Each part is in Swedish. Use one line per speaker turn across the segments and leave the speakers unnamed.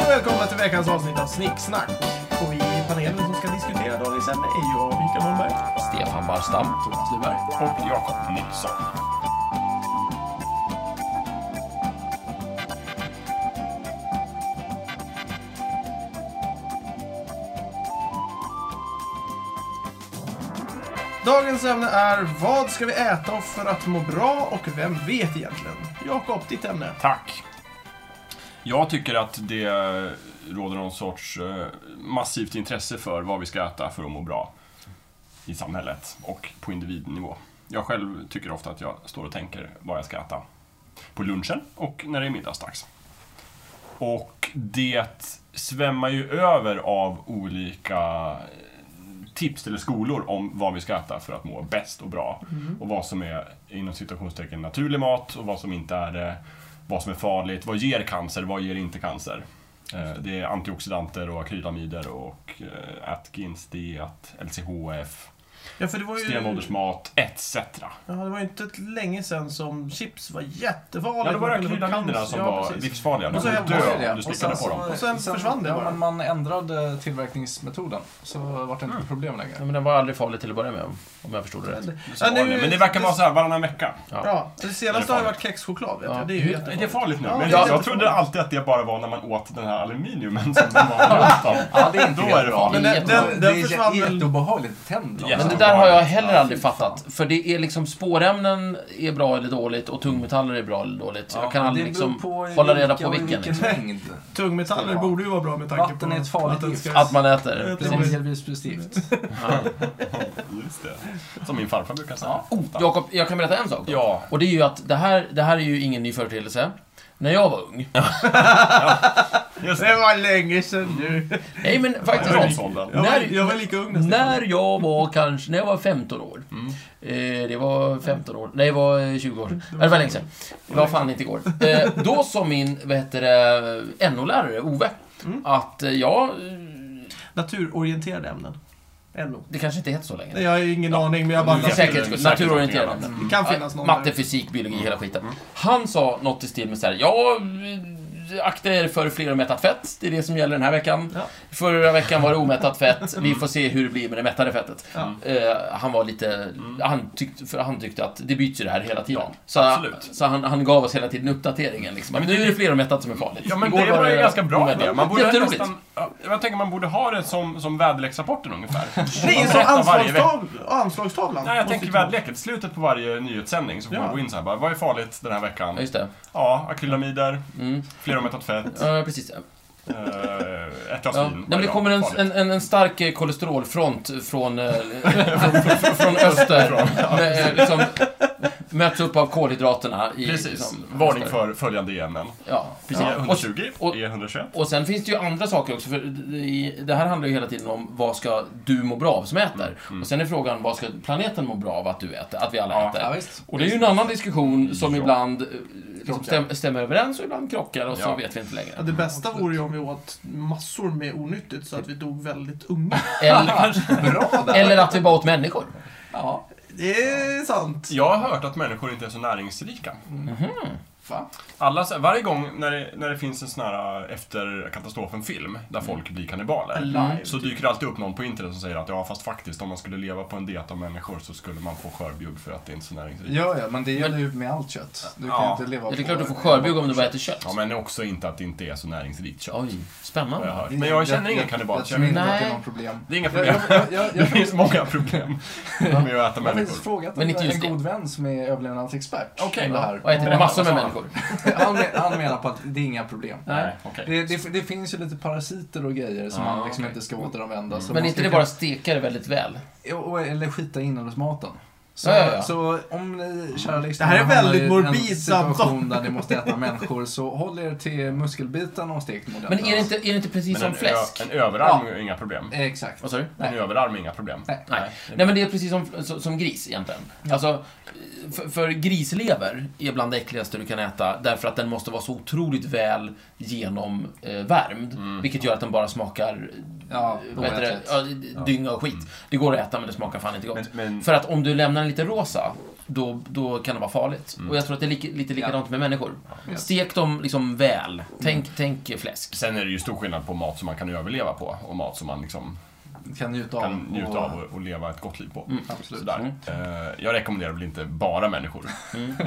och välkomna till veckans avsnitt av Snicksnack. Och vi i panelen som ska diskutera dagens ämne är jag, Mikael Holmberg.
Stefan Barstam. Thomas Luberg.
och Jakob Nilsson.
Dagens ämne är vad ska vi äta för att må bra och vem vet egentligen? Jakob, ditt ämne.
Eh, Tack. Jag tycker att det råder någon sorts eh, massivt intresse för vad vi ska äta för att må bra i samhället och på individnivå. Jag själv tycker ofta att jag står och tänker vad jag ska äta på lunchen och när det är middagsdags. Och det svämmar ju över av olika eh, tips eller skolor om vad vi ska äta för att må bäst och bra. Och vad som är inom citationstecken naturlig mat och vad som inte är det vad som är farligt, vad ger cancer, vad ger inte cancer. Eh, Det är antioxidanter och akrylamider och eh, Atkins diet, LCHF,
Ja, för det var ju,
stenåldersmat etc.
ja, det var ju inte länge sedan som chips var jättefarligt.
Ja, det var
Man kunde få
akrylamiderna
cancer.
som
ja,
var
precis.
livsfarliga. De
Och så
kunde
hemma-
dö om du
Och
slickade på
så-
dem.
Och sen försvann det
ja,
bara.
men man ändrade tillverkningsmetoden så var det inte ett problem längre.
Ja, men den var aldrig farlig till att börja med, om om jag förstod det rätt.
Så var det. Men det verkar vara så här varannan vecka.
Ja, det senaste
Det är
har ju varit kexchoklad, vet
Ja.
jag. Det är ju
Det är
jättefarligt.
farligt nu,
Ja,
men
det är
jag
jättefarligt.
trodde alltid att det bara var när man åt den här aluminiumen som de var av.
Ja, det är inte
Då
helt
är det
bra.
farligt.
Men den,
Det
den, den
är det
försvann
är
väl
jätteobehagligt för tänderna.
Yes.
Men det
Ja,
där har jag
farligt.
heller
Ja,
aldrig
fy fan.
fattat. För det är liksom spårämnen är bra eller dåligt och tungmetaller är bra eller dåligt. jag kan
Ja,
aldrig
det beror
liksom
i
hålla reda
vilka
på
och i
vilken.
vilken mängd.
Tungmetaller
Ja.
borde ju vara bra med tanke
Vatten
på
är ett farligt
att den ska-
gift.
Att man äter.
Äter.
Precis.
Som delvis blir stift.
Just det. Som min farfar brukar säga.
Oh, Jakob, jag kan berätta en sak då.
Ja.
Och det är ju att det här, det här är ju ingen ny företeelse. När jag var ung.
Just
Det
det.
var länge sedan nu.
Nej men faktiskt.
Bronsåldern.
Jag var,
När-
jag var lika ung nästan.
När jag var kanske, när jag var 15 år. Eh, det var 15 år. Nej, det var eh, 20 år. Nej, det var länge sedan. Det var fan inte igår. Eh, då sa min, vad heter det, NO-lärare, Ove, att eh, ja, eh,
Naturorienterade ämnen. NO.
det kanske inte heter så länge.
Nej, jag har ju ingen aning, men jag bara...
Mm.
För säkerhets
säkert
skull,
någonting
naturorienterade
annat.
ämnen.
Det kan finnas någon
Matte,
där.
fysik, biologi, hela
Mm.
skiten. Han sa något i stil med så här, ja, eh, akta er för fleromättat fett. Det är det som gäller den här veckan.
Ja. Mm.
Förra veckan var det omättat fett. Vi får se hur det blir med det mättade fettet.
Ja.
Eh, han var lite... Han, tyckte, för han tyckte att det byts ju det här hela tiden.
Mm. Ja,
så
absolut.
så han, han gav oss hela tiden uppdateringen. Liksom. Men nu är det fleromättat som är farligt.
Ja, men
Igår
det var ju ganska bra
omättat.
idé. Man borde
Jätteroligt.
nästan, ja, jag tänker man borde ha det som, som väderleksrapporten ungefär.
Nej,
Man
så
berättar varje vecka.
anslagstavl- anslagstavlan.
Nej, jag
måste
tänker
ju ta-
väderleken. Slutet på varje nyhetssändning så får
Ja.
man gå in så här bara, vad är farligt den här veckan?
Ja, just det.
Ja, akrylamider,
Mm.
fleromättat fett,
Ja, precis.
eh, ett glas
Ja.
vin.
Nej, men det
Ja,
kommer en,
farligt.
en, en, en stark eh, kolesterolfront från, eh, från, från öster. Med, eh, liksom, möts upp av kolhydraterna. I,
Precis.
liksom,
Varning
öster.
för följande E ämnen.
Ja, precis.
E
Och,
E120,
och-
E121.
Och sen finns det ju andra saker också, för i- det här handlar ju hela tiden om vad ska du må bra av som äter?
Mm,
Och sen är frågan, vad ska planeten må bra av att du äter? Att vi alla
Ja,
äter?
Ja, visst.
Och det är ju en annan diskussion som
Ja.
ibland eh, liksom
Krockar.
stäm, stämmer överens och ibland krockar och så
Ja.
vet vi inte
Ja,
längre.
det bästa vore ju om vi åt massor med onyttigt så att vi dog väldigt unga.
Eller,
Bra där.
eller att vi bara åt människor.
Ja,
Det är sant.
Jag har hört att människor inte är så näringsrika.
fan.
Alla, så- varje gång när det, när det finns en sån här äh, efter katastrofen-film där
Mm.
folk blir kannibaler
Alive,
så dyker det alltid upp någon på internet som säger att ja, fast faktiskt om man skulle leva på en diet av människor så skulle man få skörbjugg för att det är inte är så näringsrikt. Ja.
Ja, ja, men det gäller ju med allt kött. Du kan
Ja.
ju inte leva
Det är
på-
klart du får skörbjugg om du bara äter kött.
men också inte att det inte är så näringsrikt kött.
Oj,
har jag
spännande.
hört. Men jag känner ingen kannibal.
Jag tror inte att det
Nej.
är något problem.
Det är inga
Jag-
problem.
jag- jag- jag-
Det
jag-
finns många problem med att äta
Jag har
människor.
faktiskt frågat
Men inte
en,
just det.
god vän som är överlevnadsexpert
Okej,
om det
ja.
här.
Och äter
Och
massor med
Vad sa
människor.
han, men- han menar på att det är inga problem.
Nej.
okej.
Det, det, det finns ju lite parasiter och grejer som
Ah,
man liksom
okej.
inte ska återanvända. så
Men
man
inte
ska
det bara steka det väldigt väl?
kunna- och- Eller skita in maten. Så,
Ja, ja, ja.
så om ni, kära lyssnare,
Det här är
hamnar
väldigt
i en
morbid
situation
samtal.
där ni måste äta människor, så håll er till muskelbitarna och stekt modell.
Men är det inte, är det inte precis
Men
som
en,
fläsk?
ö, en överarm är inga problem.
Exakt.
Vad sa du?
En överarm är inga problem.
Nej.
Nej. Nej, men det är precis som, som, som gris egentligen. Alltså, för, för grislever är bland det äckligaste du kan äta därför att den måste vara så otroligt väl genomvärmd. Vilket gör att den bara smakar
Ja,
vad heter det?
oätligt.
Ja, dynga och skit. Det går att äta men det smakar fan inte gott.
Men- men-
För att om du lämnar den lite rosa då, då kan det vara farligt. Och jag tror att det är lika, lite likadant med människor.
Ja.
Stek dem liksom väl. Tänk, tänk fläsk.
Sen är det ju stor skillnad på mat som man kan överleva på och mat som man liksom
Kan njuta av.
kan njuta
och-
av och, och leva ett gott liv
Mm.
på.
Mm.
Absolut.
Sådär. Eh, jag rekommenderar väl inte bara människor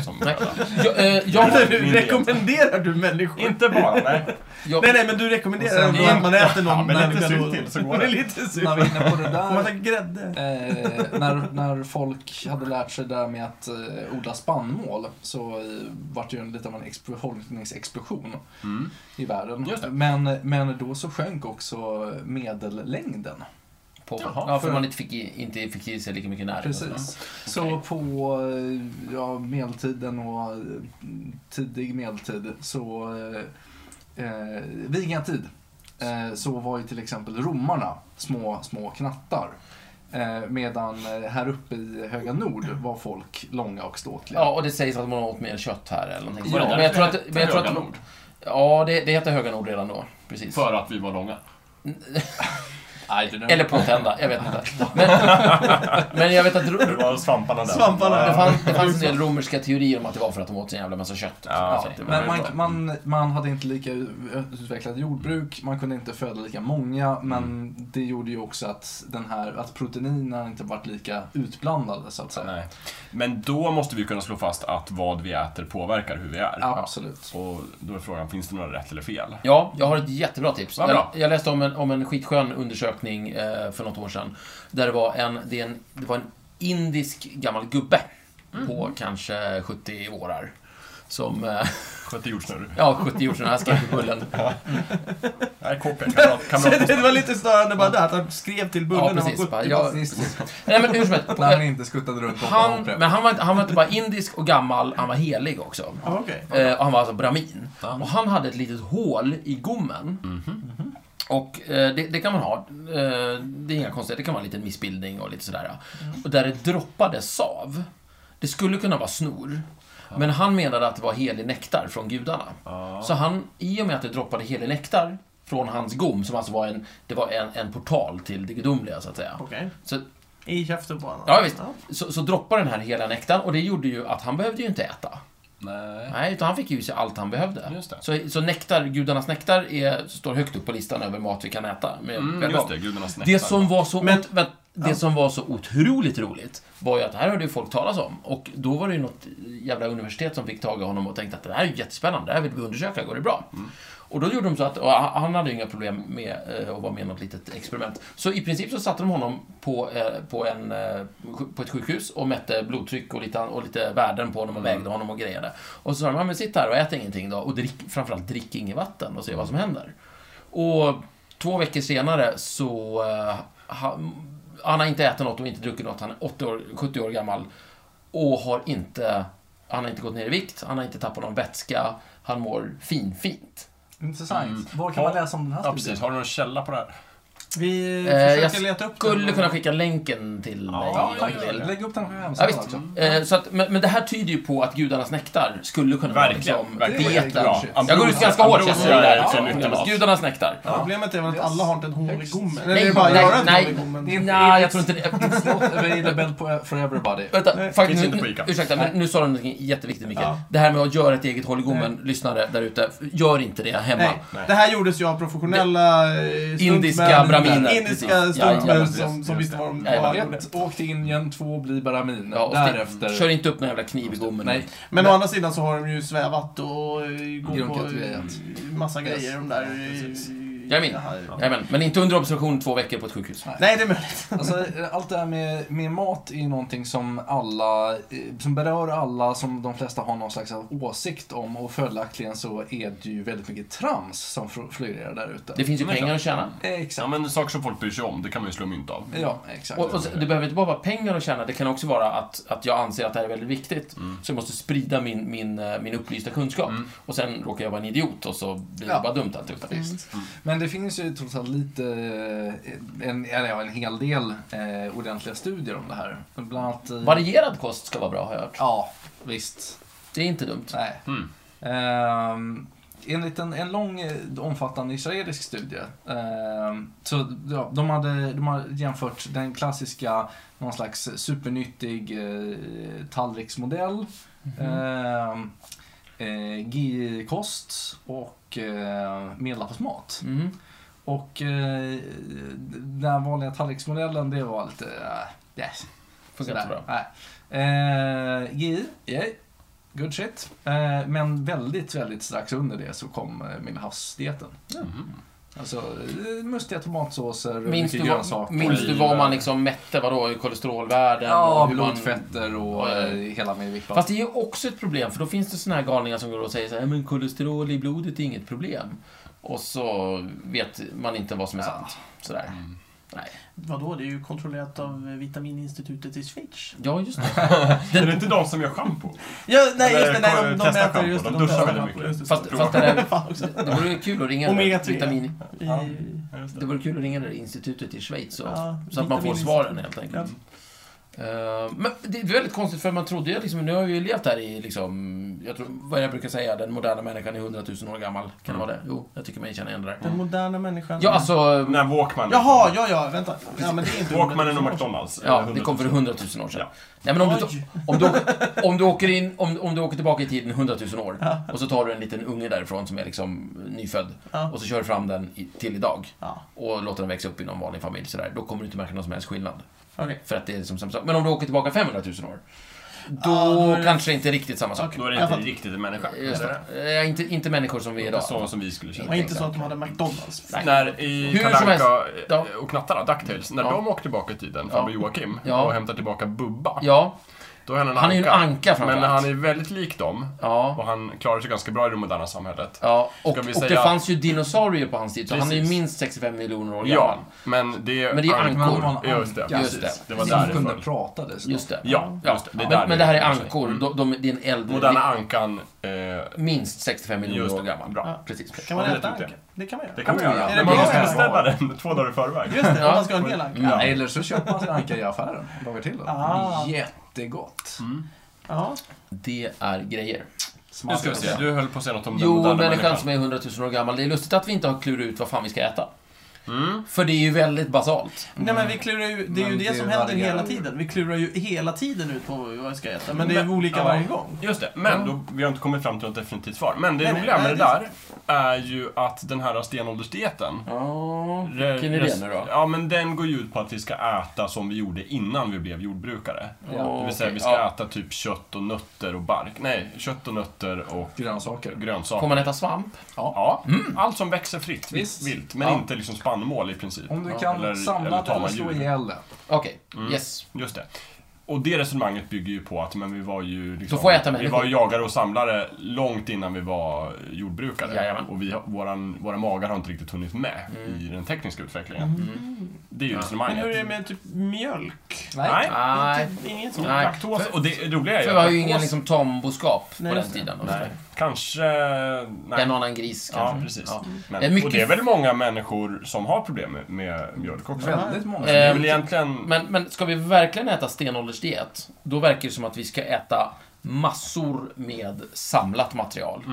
som döda.
Mm. Jag, eh, jag,
Min
Du
del.
rekommenderar du människor?
Inte bara, nej.
jag,
Nej, nej, men du rekommenderar
Och sen-
ändå att man äter någon
Ja, men lite
människa
sylt
då.
till så går
det.
det.
är lite sylt.
När vi är inne på det
Får man ta
där.
grädde?
Eh, när, när folk hade lärt sig det där med att eh, odla spannmål så eh, vart det ju en, lite av en ex- befolkningsexplosion
Mm.
i världen.
Just det.
Men, men då så sjönk också medellängden.
på,
Jaha,
ja, för
för-
man inte fick, i- inte fick i sig lika mycket Mm. näring. och sådär.
Precis. Så på eh, ja, medeltiden och eh, tidig medeltid, så eh, eh, vikingatid, eh, så var ju till exempel romarna små, små knattar. Eh, medan eh, här uppe i höga nord var folk långa och ståtliga.
Ja, och det sägs att man åt mer kött här eller någonting
Var det
sådär.
därför
Men jag tror
det
att...
hette
Men jag tror
Höga
att
Nord?
ja, det, det hette Höga Nord redan då. Precis.
För att vi var långa.
Eller påtända, jag vet inte. Men, men jag vet att ro-
Det var svamparna där.
Svamparna.
det, fanns, det fanns en del romerska teorier om att det var för att de åt en jävla massa kött. Alltså,
Ja,
Så att det var
Men man,
bra. Mm.
man, man hade inte lika utvecklat jordbruk, man kunde inte föda lika många, men
Mm.
det gjorde ju också att, den här, att proteinerna inte varit lika utblandade så att säga.
Nej. Men då måste vi kunna slå fast att vad vi äter påverkar hur vi är.
Absolut.
Och då är frågan, finns det några rätt eller fel?
Ja, jag har ett jättebra tips.
Vad bra.
Jag, jag läste om en, om en skitskön undersökning eh, för något år sedan. Där det var en, det är en, det var en indisk gammal gubbe på kanske 70 årar. Som, eh,
Skötte jordsnurr.
ja 70 år sedan, han skrev på bullen.
Nej, KP. Kamrat,
Så
kamrat
det var lite störande bara där, att han skrev till bullen
Ja,
när han
precis.
var
Bara,
70.
jag, nej, men hur som helst. på-
När han inte skuttade runt
Han, men han var, inte, han var inte bara indisk och gammal, han var helig också.
Ja, okej.
Eh, och han var alltså brahmin. Och han hade ett litet hål i gommen. Och eh, det, det kan man ha. Eh, det är inga konstigheter. Det kan vara en liten missbildning och lite sådär. Och där det droppade sav. Det skulle kunna vara snor. Men han menade att det var helig nektar från gudarna. Så han, i och med att det droppade helig nektar från hans gom, som alltså var en, det var en, en portal till det gudomliga, så att säga.
Okej.
Så
I käften på honom.
Ja, visst. Så, så droppade den här hela nektarn och det gjorde ju att han behövde ju inte äta.
Nej.
Nej, utan han fick ju sig allt han behövde.
Just det.
Så, så nektar, gudarnas nektar är, står högt upp på listan över mat vi kan äta. Med
Mm,
välgång.
just det, gudarnas nektar.
Det som var så,
Men-
ot- vänt, det som var så otroligt roligt var ju att det här hörde ju folk talas om. Och då var det ju något jävla universitet som fick tag i honom och tänkte att det här är ju jättespännande, det här vill vi undersöka, går det bra? Och då gjorde de så att, och han han hade ju inga problem med eh, att vara med i något litet experiment. Så i princip så satte de honom på, eh, på, en, eh, sj- på ett sjukhus och mätte blodtryck och lite, och lite värden på honom och vägde honom och grejade. Och så sa de, ja men sitt här och ät ingenting då och drick, framförallt drick inget vatten och se vad som händer. Och två veckor senare så... eh, han, han har inte ätit något och inte druckit något. Han är 80 år, 70 år gammal. Och har inte... Han har inte gått ner i vikt, han har inte tappat någon vätska. Han mår finfint.
Intressant.
Mm.
Var kan man läsa om den här
Ja,
studien?
precis. Har du någon källa på det här?
Vi
Eh,
försöker
jag
leta upp
Skulle
den.
kunna skicka länken till dig
ja,
om
Tack.
du vill.
Lägg upp den på
Ja,
hemsidan
visst.
också.
Eh, så att, men, men det här tyder ju på att gudarnas nektar skulle kunna
Verkligen,
vara liksom
verkligen.
Det är
beten.
bra.
Jag går ut ganska hårt, jag säger det
Ja,
här.
ja, ja.
programmet. Gudarnas nektar.
Problemet är väl att alla har inte en hål i gommen. Eller det
Nej,
är bara
nej,
att göra ett hål i
nej,
gommen.
nej,
inte-
jag tror inte det.
It's not available på- for everybody.
Vänta,
Nej,
faktiskt,
finns inte på
nu,
Ica.
ursäkta, men nu sa du något jätteviktigt Mikael.
Ja.
Det här med att göra ett eget håll i gommen, lyssnare där ute, gör inte det hemma.
Nej.
Nej.
Det här gjordes ju av professionella eh, stuntmän.
Indiska brahminer,
Indiska
precis. Ja,
stuntmän
ja,
som, som visste vad de
Ja,
vad de
ja.
gjorde.
Ett, åk till Indien, två, bli Baramin.
Ja, och
Därefter...
Kör inte upp någon jävla kniv i gommen.
Nej.
Men å andra sidan så har de ju svävat och eh, gått på
Grundkultiverat.
eh, massa
Yes.
grejer. De där...
Ja,
eh,
precis.
Jag är min.
här.
Jajamän, men inte under observation två veckor på ett sjukhus.
Nej, det är möjligt.
Alltså, allt det här med, med mat är ju någonting som alla, eh, som berör alla, som de flesta har någon slags åsikt om och följaktligen så är det ju väldigt mycket trams som fl- florerar där ute.
Det finns ju
Men
pengar att tjäna.
Ja,
Exakt.
men saker som folk bryr sig om, det kan man ju slå mynt av.
Ja, exakt.
Och, och, det behöver inte bara vara pengar att tjäna, det kan också vara att, att jag anser att det här är väldigt viktigt.
Mm.
Så jag måste sprida min, min, eh, min upplysta kunskap. Och sen råkar jag vara en idiot och så blir det
Ja.
bara dumt alltihopa.
Men det finns ju trots allt lite, eh, en, eller ja, en hel del eh, ordentliga studier om det här. Bland annat i...
Varierad kost ska vara bra har jag hört.
Ja, visst.
Det är inte dumt.
Nej.
Mm.
Ehm, enligt en, en lång eh, omfattande israelisk studie, eh, så ja, de, hade, de hade jämfört den klassiska, någon slags supernyttig eh, tallriksmodell, eh, eh, GI-kost och eh, medelhavsmat.
Mm.
Och eh, den vanliga tallriksmodellen, det var lite... Äh, yes,
Funkar inte bra.
Nej. Eh, GI, yay, good shit. Eh, men väldigt, väldigt strax under det så kom eh, medelhavsdieten.
Mhm.
Alltså eh, mustiga tomatsåser,
Minns,
mycket
du vad,
grönsaker.
minns du vad man liksom mätte? Vadå? Kolesterolvärden?
Ja,
och hur man-
blodfetter och
Ja, ja.
eh, hela min vikt.
Fast det är ju också ett problem, för då finns det såna här galningar som går och säger så här, men kolesterol i blodet är inget problem. Och så vet man inte vad som är
Ja.
sant. Sådär.
Mm.
Vadå, det är ju kontrollerat av eh, Vitamininstitutet i Schweiz.
Ja, just det.
Är det inte de som gör schampo?
Ja, nej,
Eller
just det. Nej, de, de
testar
äter just det.
schampo. De duschar
testar
väldigt
schampo, just
mycket.
det,
Fast,
så.
fast det, där,
Fan också.
det vore ju kul att ringa det
Omega
där
tre.
vitamin,
I-
Ja, ja, just
det
det.
vore kul att ringa det där institutet i Schweiz så,
ja,
så att man får
vitamininstitutet.
svaren helt enkelt. Eh, men det är väldigt konstigt för man trodde ju liksom, nu har vi ju levt här i liksom, jag tror, vad jag brukar säga, den moderna människan är 100 000 år gammal.
Mm.
Kan det vara det? Jo, jag tycker mig känna igen det där.
Den moderna människan.
Ja, alltså,
Den här Walkman.
Jaha, ja, ja, vänta. Ja, men det är inte
Walkmanen och McDonalds.
Ja,
Eh,
det kom för
100 000.
100 000 år sedan.
Ja.
Nej, men om du,
Oj.
om du, om du, åker, in, om, om du åker tillbaka i tiden 100 000 år och så tar du en liten unge därifrån som är liksom nyfödd
Ja.
och så kör du fram den i, till idag
Ja,
och låter den växa upp i någon vanlig familj sådär, då kommer du inte märka någon som helst skillnad.
okej.
För att det är som samma sak. Men om du åker tillbaka 500 000 år, då
Ja, då är det-
kanske det inte är riktigt samma sak.
Okej.
Då är det inte riktigt en människa.
Just
Är
det. Eh, inte, inte människor som vi är
det.
idag.
Inte så som vi skulle känna.
Och inte så att de hade McDonalds.
Nej.
När i
Hur
Kalle
som helst,
Anka
ja.
och knattarna, Ducktails, när
Ja.
de åkte tillbaka i tiden,
Ja.
farbror Joakim,
Ja.
och hämtade tillbaka Bubba,
Ja,
då är han en
han är ju en
anka.
anka
Men
framförallt.
han är väldigt lik dem, och
Ja.
han klarar sig ganska bra i det moderna samhället.
Ja, och,
Ska vi
och det
säga-
fanns ju dinosaurier på hans tid, så han är ju
Precis.
minst 65 miljoner år
Ja,
gammal.
men det är
Men det är
Men det var en
ankor.
anka,
Just det.
Just det.
precis.
Det var
Som
därifrån.
kunde prata dessutom.
Just det.
Ja, just det. Det är där
men, men det här är
rör sig.
ankor.
Mm.
De, de, det är en äldre...
Moderna ankan, eh,
Minst 65 miljoner
just
år
det.
gammal.
Bra.
Ja.
Precis.
Kan man
Ja, det
äta
vet jag
anka? Det kan man göra.
Det kan man
Oj,
göra.
är
det
Men man
bra?
måste beställa den två dagar i förväg.
Just det,
Ja.
om man ska ha en hel anka.
Mm.
Nej, eller så köper man sig anka i affären och lagar till den.
Ah.
Jättegott.
Mm.
Ja.
Det är grejer.
Nu ska vi se, du höll på att säga något om den
Jo,
moderna
människan
människan.
som är 100 000 år gammal. Det är lustigt att vi inte har klurat ut vad fan vi ska äta.
Mm.
För det är ju väldigt basalt.
Nej
Mm.
men vi klurar ju, det är ju
Men
det,
det
som händer
varierar
hela
ju.
tiden. Vi klurar ju hela tiden ut på vad vi ska äta, men det är
Men-
olika
ja.
varje gång.
Just det, men då, vi har inte kommit fram till något definitivt svar. Men det
Nej, nej,
roliga med
nej,
det där är ju att den här stenåldersdieten
Ja,
re-
vilken är det
res-
nu då?
Ja, men den går ju ut på att vi ska äta som vi gjorde innan vi blev jordbrukare.
Ja,
det vill säga,
okej,
vi ska
ja.
äta typ kött och nötter och bark. Nej, kött och nötter och
Grönsaker.
grönsaker.
Får man äta svamp?
Ja, allt som växer fritt,
Visst.
vilt, men
Ja.
inte liksom spannmål i princip.
Om du
Ja,
kan
eller-
samla
eller
det
tama
eller slå
djur.
ihjäl det.
Okej,
Mm.
yes.
Just det. Och det resonemanget bygger ju på att men vi var ju liksom,
Då får jag äta
vi
människor.
var ju jagare och samlare långt innan vi var jordbrukare.
Jajamän. Mm.
Och vi, har- våran, våra magar har inte riktigt hunnit med i den tekniska utvecklingen. Det är ju
Men hur är
resonemanget.
det med typ mjölk?
Nej,
Nej.
Inte- Inget sånt?
Nej.
laktos. Och det roliga är
För vi har ju
laktos-
ingen liksom tamboskap på
Nej,
den
just det.
tiden. och
Nej.
sådär.
Kanske... Nej.
En och annan gris kanske.
Ja, precis.
Ja. Det är
Men,
mycket-
Och det är väl många människor som har problem med, med mjölk också.
Väldigt många.
Det är
Eh,
väl egentligen...
Men, men ska vi verkligen äta stenåldersdiet, då verkar det som att vi ska äta massor med samlat material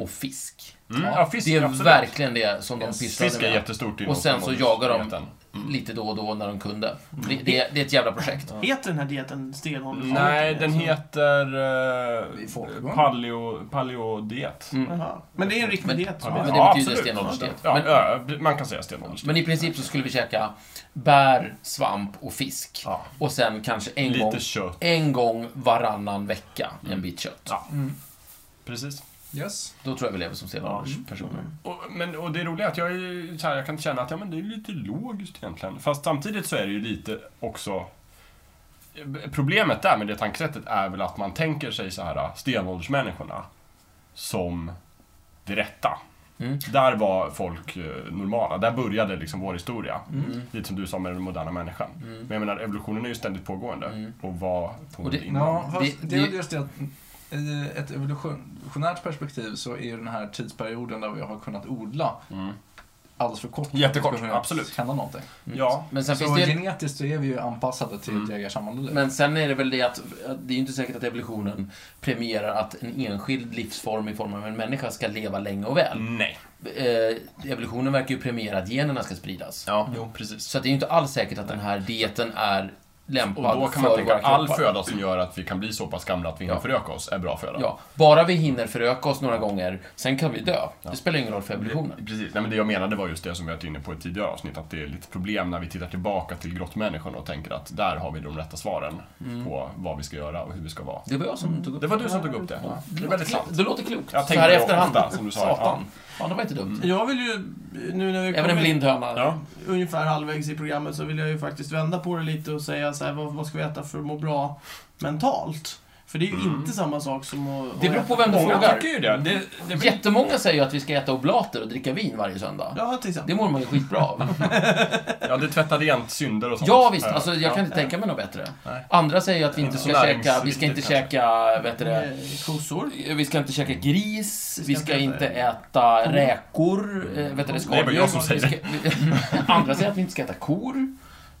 och fisk.
Mm, ja, fisk,
Det är
absolut.
verkligen det som de
Yes.
pysslade
Fisk är Mm.
med.
jättestort inom
Och sen så
stenåldersdieten.
jagar de lite då och då när de kunde.
Mm.
Det, det, det är ett jävla projekt.
Heter den här dieten stenåldersdiet?
Nej, den
Alltså.
heter
I
uh,
folkmun.
paleo, paleodiet.
Mm.
Jaha. Men det är en riktig
Men-
diet.
men det
Ja.
betyder
absolut.
stenåldersdiet.
Ja,
Men-
ja, man kan säga stenåldersdiet.
Men i princip så skulle vi käka bär, svamp och fisk.
Ja.
Och sen kanske en
Lite
gång,
kött. Mm.
en gång varannan vecka en bit kött.
Ja, precis. Mm.
Yes.
Då tror jag vi lever som stenålderspersoner.
Och, men, och det är roligt att jag, är, ju så här, jag kan känna att ja, men det är lite logiskt egentligen. Fast samtidigt så är det ju lite också... eh, Problemet där med det tankesättet är väl att man tänker sig så här stenåldersmänniskorna som det rätta.
Mm.
Där var folk eh, normala. Där började liksom vår historia.
Mm.
Lite som du sa med den moderna människan. Men jag menar, evolutionen är ju ständigt pågående.
Mm.
Och var
Och
pågående
det-
innan.
Ja, fast
Det-
det, är
det-
väl just det att i ett evolutionärt perspektiv så är ju den här tidsperioden där vi har kunnat odla
Mm.
alldeles för kort.
Jättekort,
för att kunna
absolut.
Hända någonting.
Ja,
Men sen
Så
finns det...
genetiskt så är vi ju anpassade till
Mm.
ett jägarsamhälle.
Men sen är det väl det att, att det är ju inte säkert att evolutionen premierar att en enskild livsform i form av en människa ska leva länge och väl.
nej.
Eh, evolutionen verkar ju premiera att generna ska spridas.
Ja, jo precis.
Så att det är ju inte alls säkert att den här dieten är
Och
lämpad
då kan
för
man tänka
våra
att all
kroppar.
föda som gör att vi kan bli så pass gamla att vi hinner
Ja.
föröka oss är bra föda.
Ja, bara vi hinner föröka oss några gånger, sen kan vi dö. Det spelar ingen roll för evolutionen.
Eh, Precis, nej men det jag menade var just det som vi varit inne på i ett tidigare avsnitt, att det är lite problem när vi tittar tillbaka till grottmänniskorna och tänker att där har vi de rätta svaren
Mm.
på vad vi ska göra och hur vi ska vara.
Det var jag som tog upp
Det var du som tog upp det. Det är
låter
väldigt
klokt.
sant.
Det låter klokt.
Jag
så här i
tänker
efterhand.
ofta, som du sa, Mm.
Satan. Fan, det var inte dumt.
Jag vill ju, nu när vi
Även en
kommit
blind höna.
Ja,
ungefär halvvägs i programmet så vill jag ju faktiskt vända på det lite och säga så här, vad, vad ska vi äta för att må bra mentalt? För det är ju inte samma sak som att...
Mm. Det beror
att
på
äta-
vem du
många
frågar.
tycker ju det. det, det blir...
Jättemånga säger ju att vi ska äta oblater och dricka vin varje söndag.
Ja, till
Det
exempel.
mår man ju skitbra av.
Ja, det tvättar rent synder och sånt.
Ja, visst, alltså, jag kan inte tänka mig något bättre.
Nej.
Andra säger att vi inte
Inte
ska
så
käka, vi ska inte
näringsriktigt
käka, vet du det,
Eh, Kossor.
vi ska inte käka gris, vi ska inte
äta-
äta räkor, eh, vet du det,
Nej, men jag som
skaldjur.
säger
Vi ska- Andra säger att vi inte ska äta kor.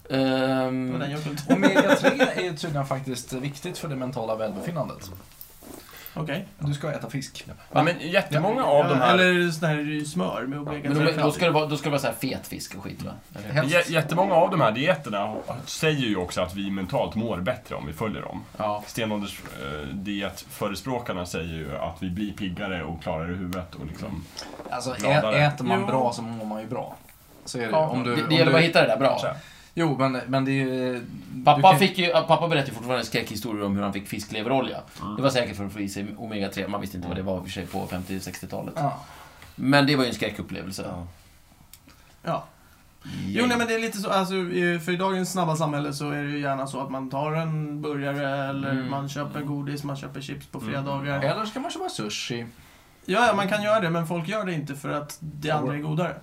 Det var
Ehm,
den jag kunde.
Omega-3 är ju tydligen faktiskt viktigt för det mentala välbefinnandet.
Okej.
Du ska äta fisk.
Ja, men jättemånga av de här...
Eller sån här smör med
men då,
omega-3.
då ska det vara, då ska det vara så här fet fisk och skit va? Eller?
Helst.
Jä- Jättemånga av de här dieterna säger ju också att vi mentalt mår bättre om vi följer dem.
Ja.
Stenålders eh, dietförespråkarna säger ju att vi blir piggare och klarare i huvudet och liksom...
Alltså ä-
Gladare.
äter man
Jo.
bra så mår man ju bra. Så är det ju.
Ja,
om du,
det,
om
det gäller bara
du-
att hitta det där bra.
Så här.
Jo, men, men det är ju... du
Pappa,
kan-
fick ju, pappa berättar ju fortfarande skräckhistorier om hur han fick fiskleverolja. Det var säkert för att få i sig omega-3, man visste inte vad det var i och för sig på 50-60-talet.
Ja.
Men det var ju en skräckupplevelse. Mm.
Ja. Jo, nej men det är lite så, alltså, eh, för i dagens snabba samhälle så är det ju gärna så att man tar en burgare eller
Mm.
man köper godis, man köper chips på fredagar.
Eller så kan man köpa sushi.
Ja, ja, man kan göra det, men folk gör det inte för att det andra är godare.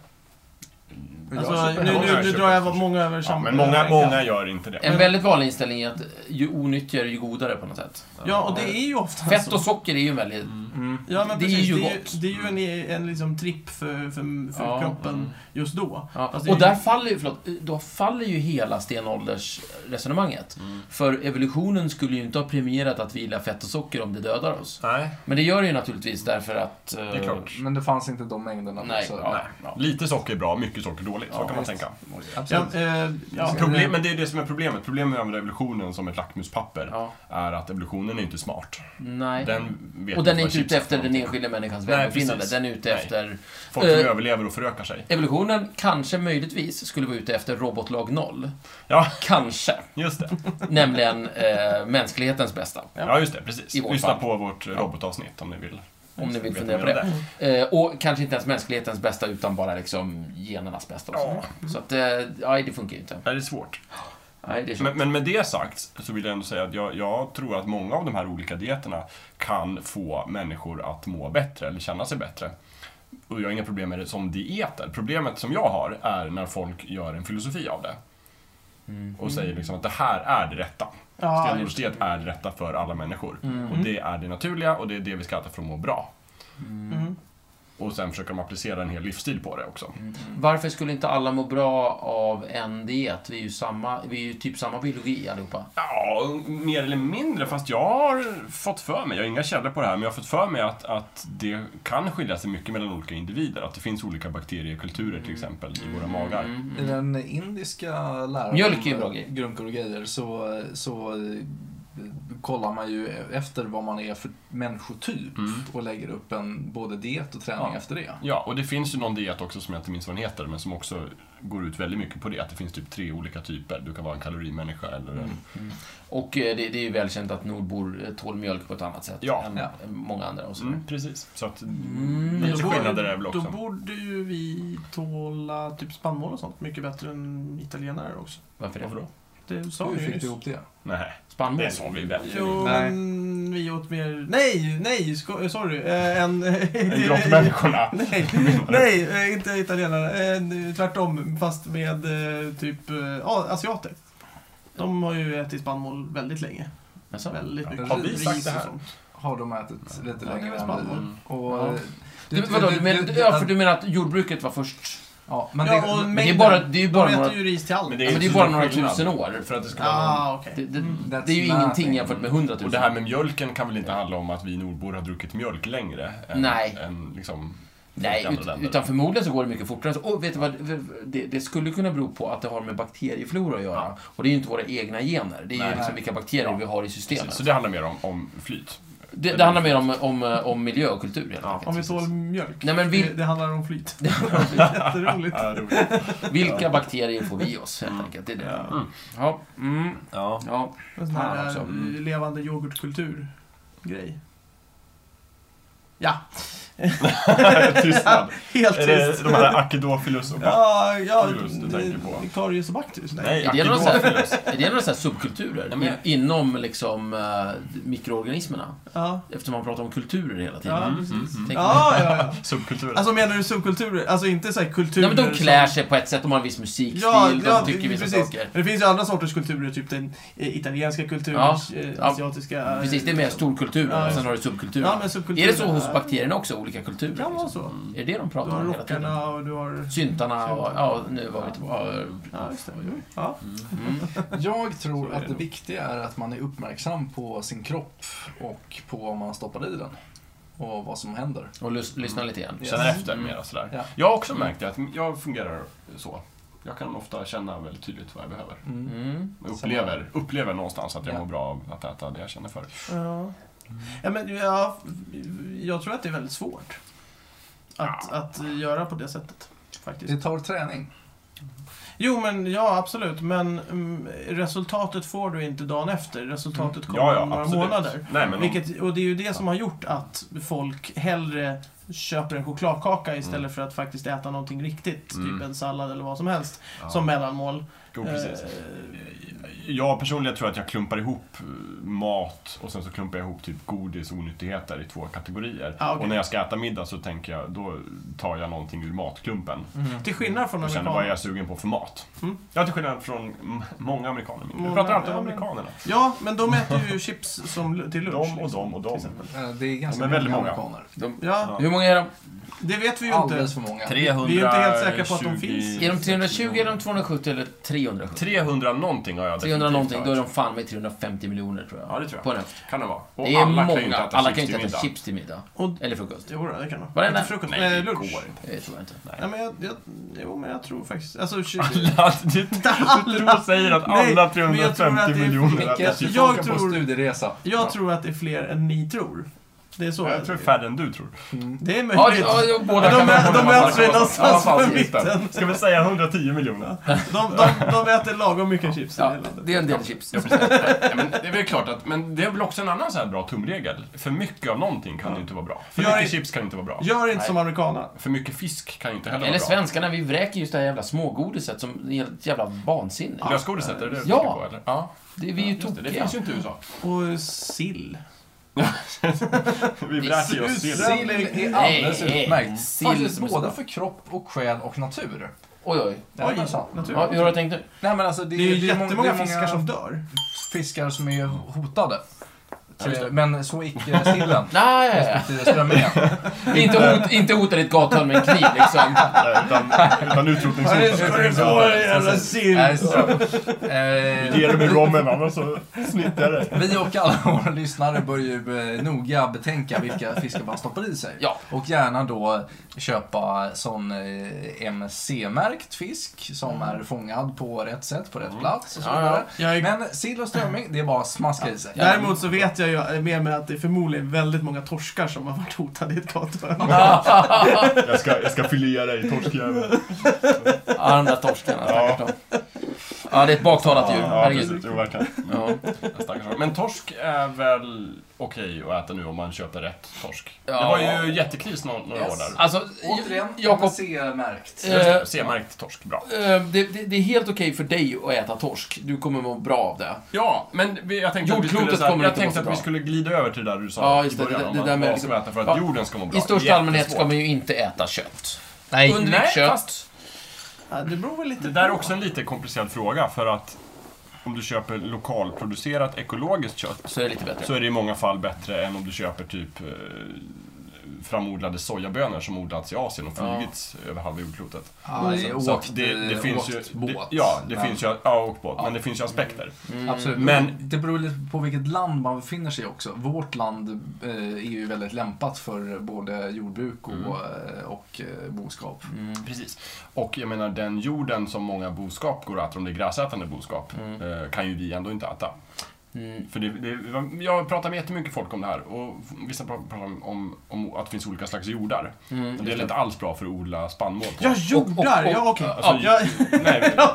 Jag
Alltså,
köper
nu,
hellre
nu, nu
sushi.
drar jag många över
Ja,
samma.
men många, många gör inte det.
En väldigt vanlig inställning är att ju onyttigare ju godare på något sätt.
Ja, och det är ju ofta
Fett
så.
och socker är ju en väldigt...
Mm.
Ja, men
det är
precis,
ju
det är ju
gott. Mm.
Det är ju en, en liksom tripp för, för, för
Ja,
kroppen
mm.
just då.
Ja.
Fast det är
Och
ju-
där faller ju, förlåt, då faller ju hela stenåldersresonemanget.
Mm.
För evolutionen skulle ju inte ha premierat att vi gillar fett och socker om det dödar oss.
Nej,
Men det gör det ju naturligtvis därför att... eh,
det är klart.
Men det fanns inte de mängderna.
Nej,
så-
ja,
Nej.
ja.
Lite socker är bra, mycket socker är dåligt. Så
Ja,
kan man
visst.
tänka.
Ja,
Absolut.
eh, ja.
Problem, men det är det som är problemet. Problemet med att använda evolutionen som ett lackmuspapper
eh, Ja.
är att evolutionen är inte smart.
Nej.
Den vet
och den
vad
är inte
chips
ute efter
för
den
någonting.
enskilda människans
Nej,
välbefinnande.
precis.
Den är ute
Nej.
efter...
Folk som
Eh.
överlever och förökar sig.
Evolutionen kanske, möjligtvis, skulle vara ute efter robotlag 0.
Ja,
Kanske.
just det.
Nämligen eh, mänsklighetens bästa.
Ja, just det. Precis.
I vårt
Lyssna
fall.
på vårt robotavsnitt om ni vill.
Om ni vill
veta
fundera på
mer om
det. Eh, och kanske inte ens mänsklighetens bästa, utan bara liksom genernas bästa. Och så. så att, eh, nej, det funkar ju inte.
Nej, Det är svårt.
Nej, det är
Men, men med det sagt så vill jag ändå säga att jag, jag tror att många av de här olika dieterna kan få människor att må bättre eller känna sig bättre. Och jag har inga problem med det som dieter. Problemet som jag har är när folk gör en filosofi av det.
Mhm.
Och säger liksom att det här är det rätta.
Ja,
Stenåldersdiet är det rätta för alla människor.
Mhm.
Och det är det naturliga och det är det vi ska äta för att må bra.
Mm.
Och sen försöker de applicera en hel livsstil på det också.
Mm. Varför skulle inte alla må bra av en diet? Vi är ju, samma, vi är ju typ samma biologi allihopa.
Ja, mer eller mindre. Fast jag har fått för mig, jag har inga källor på det här, men jag har fått för mig att, att det kan skilja sig mycket mellan olika individer. Att det finns olika bakteriekulturer till exempel i våra magar.
Mm.
I den indiska läraren
Mjölk är ju bra grej.
Grunkor och grejer så, så eh, kollar man ju efter vad man är för människotyp
Mm.
och lägger upp en både diet och träning
Ja.
efter det.
Ja, och det finns ju någon diet också som jag inte minns vad den heter, men som också går ut väldigt mycket på det. Att det finns typ tre olika typer. Du kan vara en kalorimänniska eller en...
Mm. Och eh, det, det är ju välkänt att nordbor eh, tål mjölk på ett annat sätt
Ja.
än
Ja.
än många andra. Och så.
Mm, precis. Så att...
Mm.
Lite
Då borde-
skillnader är väl också.
Då borde ju vi tåla typ spannmål och sånt mycket bättre än italienare också.
Varför det?
Varför då?
Det sa
Hur
vi ju
fick
nyss.
du ihop det?
Nej,
Spannmål?
det sa vi väl.
Jo,
Nej.
men vi åt mer... Nej, nej, sko- sorry. Eh, en...
En grotta människorna.
Nej, nej, eh, inte italienare. Eh, tvärtom, fast med eh, typ eh, ja, asiater. De har ju ätit spannmål väldigt länge.
Jaså?
Väldigt mycket.
Har vi
sagt det här?
och sånt.
Har de ätit lite
Ja, det är
längre
Mm.
spannmål.
än vi? Och,
Ja.
eh,
Du, vadå, du, menar, ja, för du menar att jordbruket var först?
Ja, men det,
ja, och
men det är
mängden.
bara- det är ju bara
de äter
några-
ju ris till allt.
Men
Ja, men det är
inte
bara
så
några
skillnad.
tusen år.
För att det ska vara...
Ah, okej.
Det, det,
that's
det är ju
Mm,
nothing.
ingenting jämfört med 100 000.
Och det här med mjölken kan väl inte handla om att vi nordbor har druckit mjölk längre? Än,
Nej.
Än liksom...
Nej,
folk i andra
ut,
länder?
utan förmodligen så går det mycket fortare. än Så, och vet du vad, det, det skulle kunna bero på att det har med bakterieflora att göra.
Ja.
Och det är ju inte våra egna gener. Det är
Nej.
ju liksom vilka bakterier
Ja.
vi har i systemet.
Precis, så det handlar mer om, om flyt.
det, det handlar mer om, om, om miljö och kultur helt
Ja.
enkelt.
Om vi tål mjölk.
Nej, men
det,
vil,
det handlar om flyt. Jätteroligt.
Ja, roligt.
vilka bakterier får vi i oss helt enkelt? Det är det.
Mm.
Ja. Mm.
Ja.
Ja.
En sån här
Fan också.
eh,
Mm.
levande yoghurtkultur-grej. Ja.
Tystnad.
Helt
Är det
tyst.
de här Acidophilus och...
Ja, ja.
Just det, tänker på.
Karius och Baktus.
Nej,
Är det någon sån
Acidophilus.
här- är det några sån här subkulturer
Nej, men-
i- inom liksom, eh, mikroorganismerna?
Ja.
Eftersom man pratar om kulturer hela tiden.
Ja,
Mm,
precis.
mm, mm.
Tänk-
Ja, ja, ja.
Subkulturer.
Alltså menar du subkulturer? Alltså inte så här kulturer
Nej, men de klär
som-
sig på ett sätt, de har en viss musikstil,
Ja, ja,
de tycker vissa
precis.
saker.
Men det finns ju andra sorters kulturer, typ den eh, italienska kulturen,
Ja,
eh,
ja.
asiatiska... eh,
Precis, det är mer storkulturer,
Ja,
och
ja.
sen har du subkulturer.
Ja, men subkulturer.
är det så hos
är-
bakterierna också, olika kulturer?
Det kan vara
liksom?
så.
Är det det de
Du
pratar
har
om hela tiden?
rockarna och du har...
Syntarna och, ja, nu var vi tillbaka.
Ja, just det. Ja.
Mm.
Jag tror
Så är
att
det
det
nog.
viktiga är att man är uppmärksam på sin kropp och på vad man stoppar i den. Och vad som händer.
Och lys- lyssna lite igen.
Ja.
Känner efter
Mm.
mera sådär.
Ja.
Jag har också märkt det, att jag fungerar så. Jag kan ofta känna väldigt tydligt vad jag behöver.
Mm.
Mm.
Jag upplever, upplever någonstans att jag
Ja.
mår bra av att äta det jag känner för.
Ja. ja, men ja, jag tror att det är väldigt svårt att, att göra på det sättet. Faktiskt.
Det tar träning.
Jo, men ja, absolut. Men mm, resultatet får du inte dagen efter. Resultatet kommer
Mm. Ja, ja,
om några
absolut.
månader.
Nej, men om-
Vilket, och det är ju det som har gjort att folk hellre köper en chokladkaka istället
Mm.
för att faktiskt äta någonting riktigt.
Mm.
Typ en sallad eller vad som helst.
Ja.
Som mellanmål.
Jo, precis.
Eh,
Jag personligen tror att jag klumpar ihop eh, mat och sen så klumpar jag ihop typ godis och onyttigheter i två kategorier.
Ah, okej.
Och när jag ska äta middag så tänker jag, då tar jag någonting ur matklumpen.
till skillnad från
Och känner vad jag
amerikaner.
är sugen på för mat.
Mm.
Ja, till skillnad från m- många amerikaner. Vi
Många,
pratar alltid om
ja, men-
amerikanerna.
Ja, men de äter ju chips som, lu- till lunch.
De och
liksom,
de och
till
de.
exempel.
Eh, Det är ganska
Ja, men väldigt många.
amerikaner.
De,
Ja,
hur många är de?
det vet vi ju inte.
Alldeles för många.
300...
Vi är ju inte helt säkra på att de finns.
Är de 320, är de 270 eller 370?
300 någonting har jag
300
definitivt
Alltså, någonting,
hört.
då är de fan med 350 miljoner tror jag.
Ja, det tror jag.
På en
Kan det vara. Och
Det är
alla
många.
kan ju inte äta
alla
chips
kan inte
till
äta
middag.
chips till middag.
Och-
Eller frukost.
Jo, då, det kan de.
Varenda-
Inte frukost,
Nej,
eh,
det
lunch.
går inte.
Det tror jag inte.
Nej, men jag, jag, jo, men jag tror faktiskt... Alltså, chi-
Alla, du, du tror, säger att
Nej,
alla
men jag tror att det
350
är
miljoner
mycket-
äter chips.
Micke,
jag
jag tror... på
tror-
studieresa.
jag tror att det är fler än ni tror. Det är så.
Jag tror färre än du tror.
Mm.
Det är
Ja,
möjligt.
ja, ja, båda
de,
kan
ä-
vara
de
med.
äter sig någonstans
Ja,
på
fan,
mitten.
Ska vi säga 110 miljoner?
De, de, de äter lagom mycket chips i det
Ja,
här landet.
det är en del chips.
Ja, precis. ja, men det är väl klart att, men det är väl också en annan så här bra tumregel. För mycket av någonting kan ju inte vara bra. För
Jag
mycket
är-
chips kan ju inte vara bra.
Gör inte som amerikanerna.
För mycket fisk kan ju inte heller
Eller
vara bra.
svenskarna, vi vräker just det här jävla smågodiset som är helt jävla vansinnigt.
Lösgodiset, är det det du
Ja.
tänker på eller? Ja.
Det, vi är ju
Just det, det
tokiga.
finns ju inte i USA.
Och sill.
Vi vräker ju oss
Sill.
till.
Sill är alldeles
Nej.
utmärkt.
Sill
Faktiskt
som är
både
så-
för kropp och själ och natur.
Oj, oj.
Ja,
Oj,
men sant.
natur.
Ja, hur har du tänkt nu?
Nej, men alltså, det,
Det är ju
det många-
jättemånga
det är
fiskar som dör.
fiskar som är hotade. Eh,
Ja, just det.
Men så icke sillen.
Nej,
Respektive strömmingen.
inte, hot, inte hota ditt gathörn med en kniv liksom.
Nej, Utan, utan utrotningshot.
Nu ska du få dig jävla sill.
Nej, ström. Eh,
Ge det med rommen, annars så snittar jag dig.
Vi och alla våra lyssnare bör ju eh, noga betänka vilka fiskar man stoppar i sig.
Ja.
Och gärna då köpa sån eh, MC-märkt fisk som
Mm.
är fångad på rätt sätt, på rätt plats och så
Ja, ja.
vidare.
Jag är,
Men sill och strömming, det är bara att smaska i sig.
däremot så vet jag ju eh, med mig att det är förmodligen väldigt många torskar som har varit hotade i ett gathörn.
Jag ska, jag ska filea dig, torskjävel.
Ja, de där torskarna.
Ja.
Ja. ja, det är ett baktalat djur.
Ja,
Herregud.
precis. Jo, verkligen.
Ja,
Stackars. Men torsk är väl okej att äta nu om man köper rätt torsk?
Ja.
Det var ju jättekris nå- några
Yes.
år där.
alltså,
Återigen,
Jakob.
MC-märkt.
Just det,
eh,
C-märkt torsk, bra.
Eh, Det, det, det är helt okej för dig att äta torsk. Du kommer må bra av det.
Ja, men vi- jag tänkte, att vi
Jordklotet
skulle, så här-
kommer
jag
inte
tänkte
må
att
så
vi
bra.
skulle glida över till det där du sa
Ja, just det,
i början
det-
om
det
att
där med
vad ska
liksom-
man äta för att
Ja,
jorden ska må bra.
I största allmänhet ska
Jättesvårt.
man ju inte äta kött.
Nej.
Undvik
Nej,
kött.
fast-
Ja, Det beror väl lite
Det där är
på.
också en lite komplicerad fråga för att om du köper lokalproducerat ekologiskt kött
Så är det lite bättre.
så är det i många fall bättre än om du köper typ eh, framodlade sojabönor som odlats i Asien och flugits över halva jordklotet.
Aj,
Så
åkt,
att det, det
eh,
finns ju...
åkt
Det,
båt.
ja, det
Men-
finns ju... Ja, åkt båt. Men det finns ju aspekter.
Mm.
Absolut.
Men-
Mm. Men det beror lite på vilket land man befinner sig i också. Vårt land eh, är ju väldigt lämpat för både jordbruk och, eh, och eh, boskap.
Mm.
Precis. Och jag menar, den jorden som många boskap går och äter, om det är gräsätande boskap, eh, kan ju vi ändå inte äta.
Mm.
För det, det, jag pratar med jättemycket folk om det här och vissa pra- pratar om, om, om att det finns olika slags jordar.
Mm.
Men det är inte alls bra för att odla spannmål på.
Ja, jordar!
och-
Ja, okej.
Alltså,
Ja,
nej, men-
jag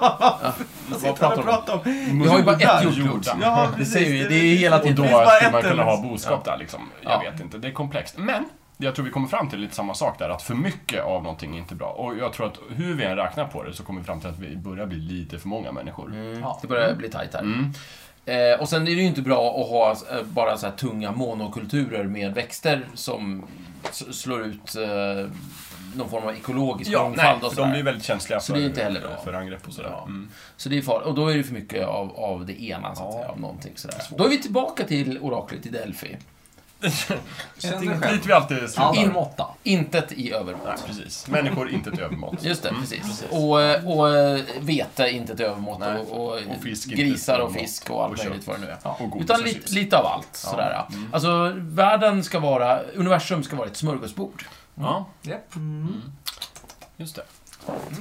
vad
sitter här
pratar
och
de om?
pratar om...
Vi har ju bara ett
Jordar.
jordklot.
Jordar.
Ja,
Det
precis.
säger vi, det är hela
Och
tiden.
då
Det finns bara
skulle
ett
man kunna
eller-
ha boskap där liksom. Jag
Ja.
vet inte, det är komplext. Men jag tror vi kommer fram till lite samma sak där, att för mycket av någonting är inte bra. Och jag tror att hur vi än räknar på det så kommer vi fram till att vi börjar bli lite för många människor.
Mm, det börjar bli tajt här. Eh, och sen är det ju inte bra att ha eh, bara så här tunga monokulturer med växter som s- slår ut eh, någon form av ekologisk
Ja, nej,
mångfald och
för
så
de blir
där.
väldigt känsliga
Så
för,
det är inte heller bra.
för angrepp och sådär.
Ja.
Mm.
Så det är farligt. Och då är det för mycket av, av det ena, så att
Ja.
säga, av någonting sådär. Då är vi tillbaka till oraklet i Delphi.
Känn dig
Dit
själv.
vi alltid slutar.
Allt i måtta.
Intet i övermått.
Nej, precis. Människor, inte ett övermått.
Just det, precis. Och, eh, och eh, vete, inte ett övermått.
Nej.
Och, och,
Och fisk, inte
grisar
ett
och
övermått.
fisk och allt
Och
möjligt
kött.
vad det nu är.
Och godis
Utan
och
lite,
chips. Mm.
lite av allt. Sådär. ja. Alltså, världen ska vara, universum ska vara ett smörgåsbord.
Ja,
Japp.
just det.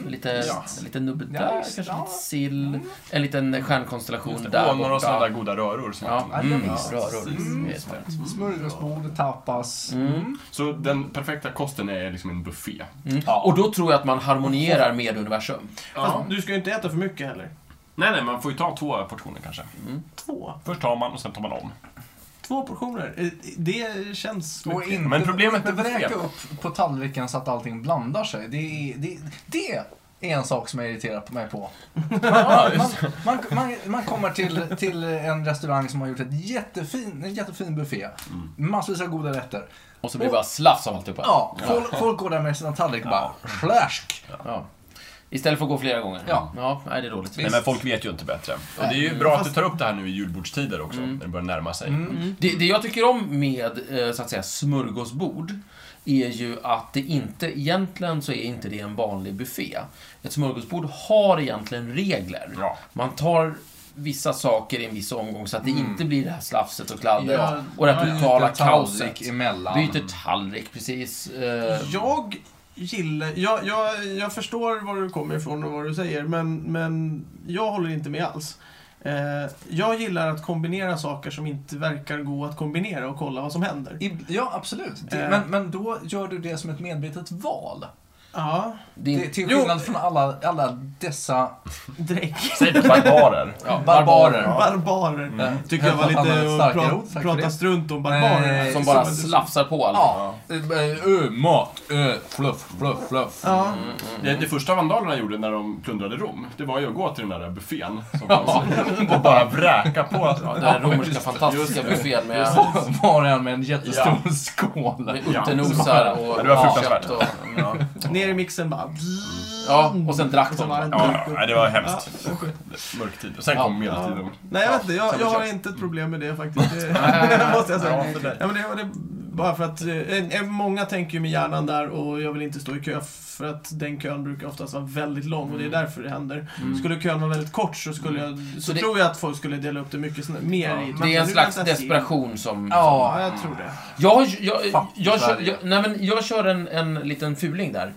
Lite,
Mm. Ja.
en liten nubbe där,
Ja, visst,
kanske
ja.
lite sill, en liten stjärnkonstellation
Just det.
där
Och några
borta.
sådana där goda röror. Som
Ja,
jag-
mm,
Ja, visst.
röror.
Mm.
Det är smart.
Smörgåsbord, tapas.
Mm.
Så den perfekta kosten är liksom en buffé.
Mm. Och då tror jag att man harmonierar med universum.
Fast du ska ju inte äta för mycket heller.
Nej, nej, man får ju ta två portioner kanske.
Två.
Först tar man och sen tar man om.
Två portioner. Eh, Det känns
Och
mycket.
inte,
Men problemet
inte
med
vräka
buffé.
upp på tallriken så att allting blandar sig. Det är, det, det är en sak som jag irriterar på mig på. Man, man, man, man, man kommer till, till en restaurang som har gjort ett jättefin, en jättefin buffé. Massvis av goda rätter.
Och så blir det bara slafs av alltihopa.
Ja, folk, folk går där med sina tallrikar och bara slask.
Ja. Istället för att gå flera gånger.
Ja.
ja nej, det är dåligt.
Nej, men folk vet ju inte bättre. Och det är ju bra att du tar upp det här nu i julbordstider också, när det börjar närma sig.
Det, det jag tycker om med eh, så att säga smörgåsbord är ju att det inte, egentligen så är inte det en vanlig buffé. Ett smörgåsbord har egentligen regler.
Ja.
Man tar vissa saker i en viss omgång så att det inte blir det här slafset och kladdet
Mm. Ja.
och det här
Ja,
totala
Lite tallrik
kaoset.
emellan.
Byter tallrik, precis. Eh,
Jag gillar... Jag, jag, jag förstår var du kommer ifrån och vad du säger, men, men jag håller inte med alls. Eh, jag gillar att kombinera saker som inte verkar gå att kombinera och kolla vad som händer.
I- Ja, absolut. Det,
Eh.
men, men då gör du det som ett medvetet val.
Ja,
det är
Det,
inte-
till
Jo.
skillnad från alla, alla dessa
dräkt.
Säg det, barbarer.
ja,
barbarer.
Barbarer.
Mm.
Tycker jag var
Fan,
lite
vad
att
starkare ord,
pra-
tack för
prata
det.
strunt om barbarer.
Eh,
Som bara
Som-
slafsar på allt.
Ja. Eh, Ö, mat, ö, fluff, fluff, fluff.
Ja,
Det, det första vandalerna gjorde när de plundrade Rom, det var ju att gå till den där buffén som fanns och bara vräka på.
Ja, den här romerska fantastiska buffén med
Var en med en jättestor skål.
Med
Ja.
utenosar och
Ja, det var fruktansvärt.
kött och- ja.
ner i mixen bara.
Ja, och sen drack
så
de
bara-
den.
Ja, ja, det var hemskt. Mörktid. Och sen kom medeltiden.
Nej, jag vet inte. Jag, jag har inte ett problem med det faktiskt. Det måste jag säga.
för dig.
Ja, men det, det, bara för att, eh, en- en- många tänker ju med hjärnan där och jag vill inte stå i kö för att den kön brukar oftast vara väldigt lång och det är därför det händer. Skulle kön vara väldigt kort så, skulle jag, så,
Mm. Så det-
tror jag att folk skulle dela upp det mycket snä- mer i... men
Det är en
nu
slags
väntar jag se.
desperation som...
Ja,
Ja,
jag tror det.
Jag, jag, jag,
Fuck
jag, kör,
Sverige.
jag, nej, men jag kör en, en liten fuling där.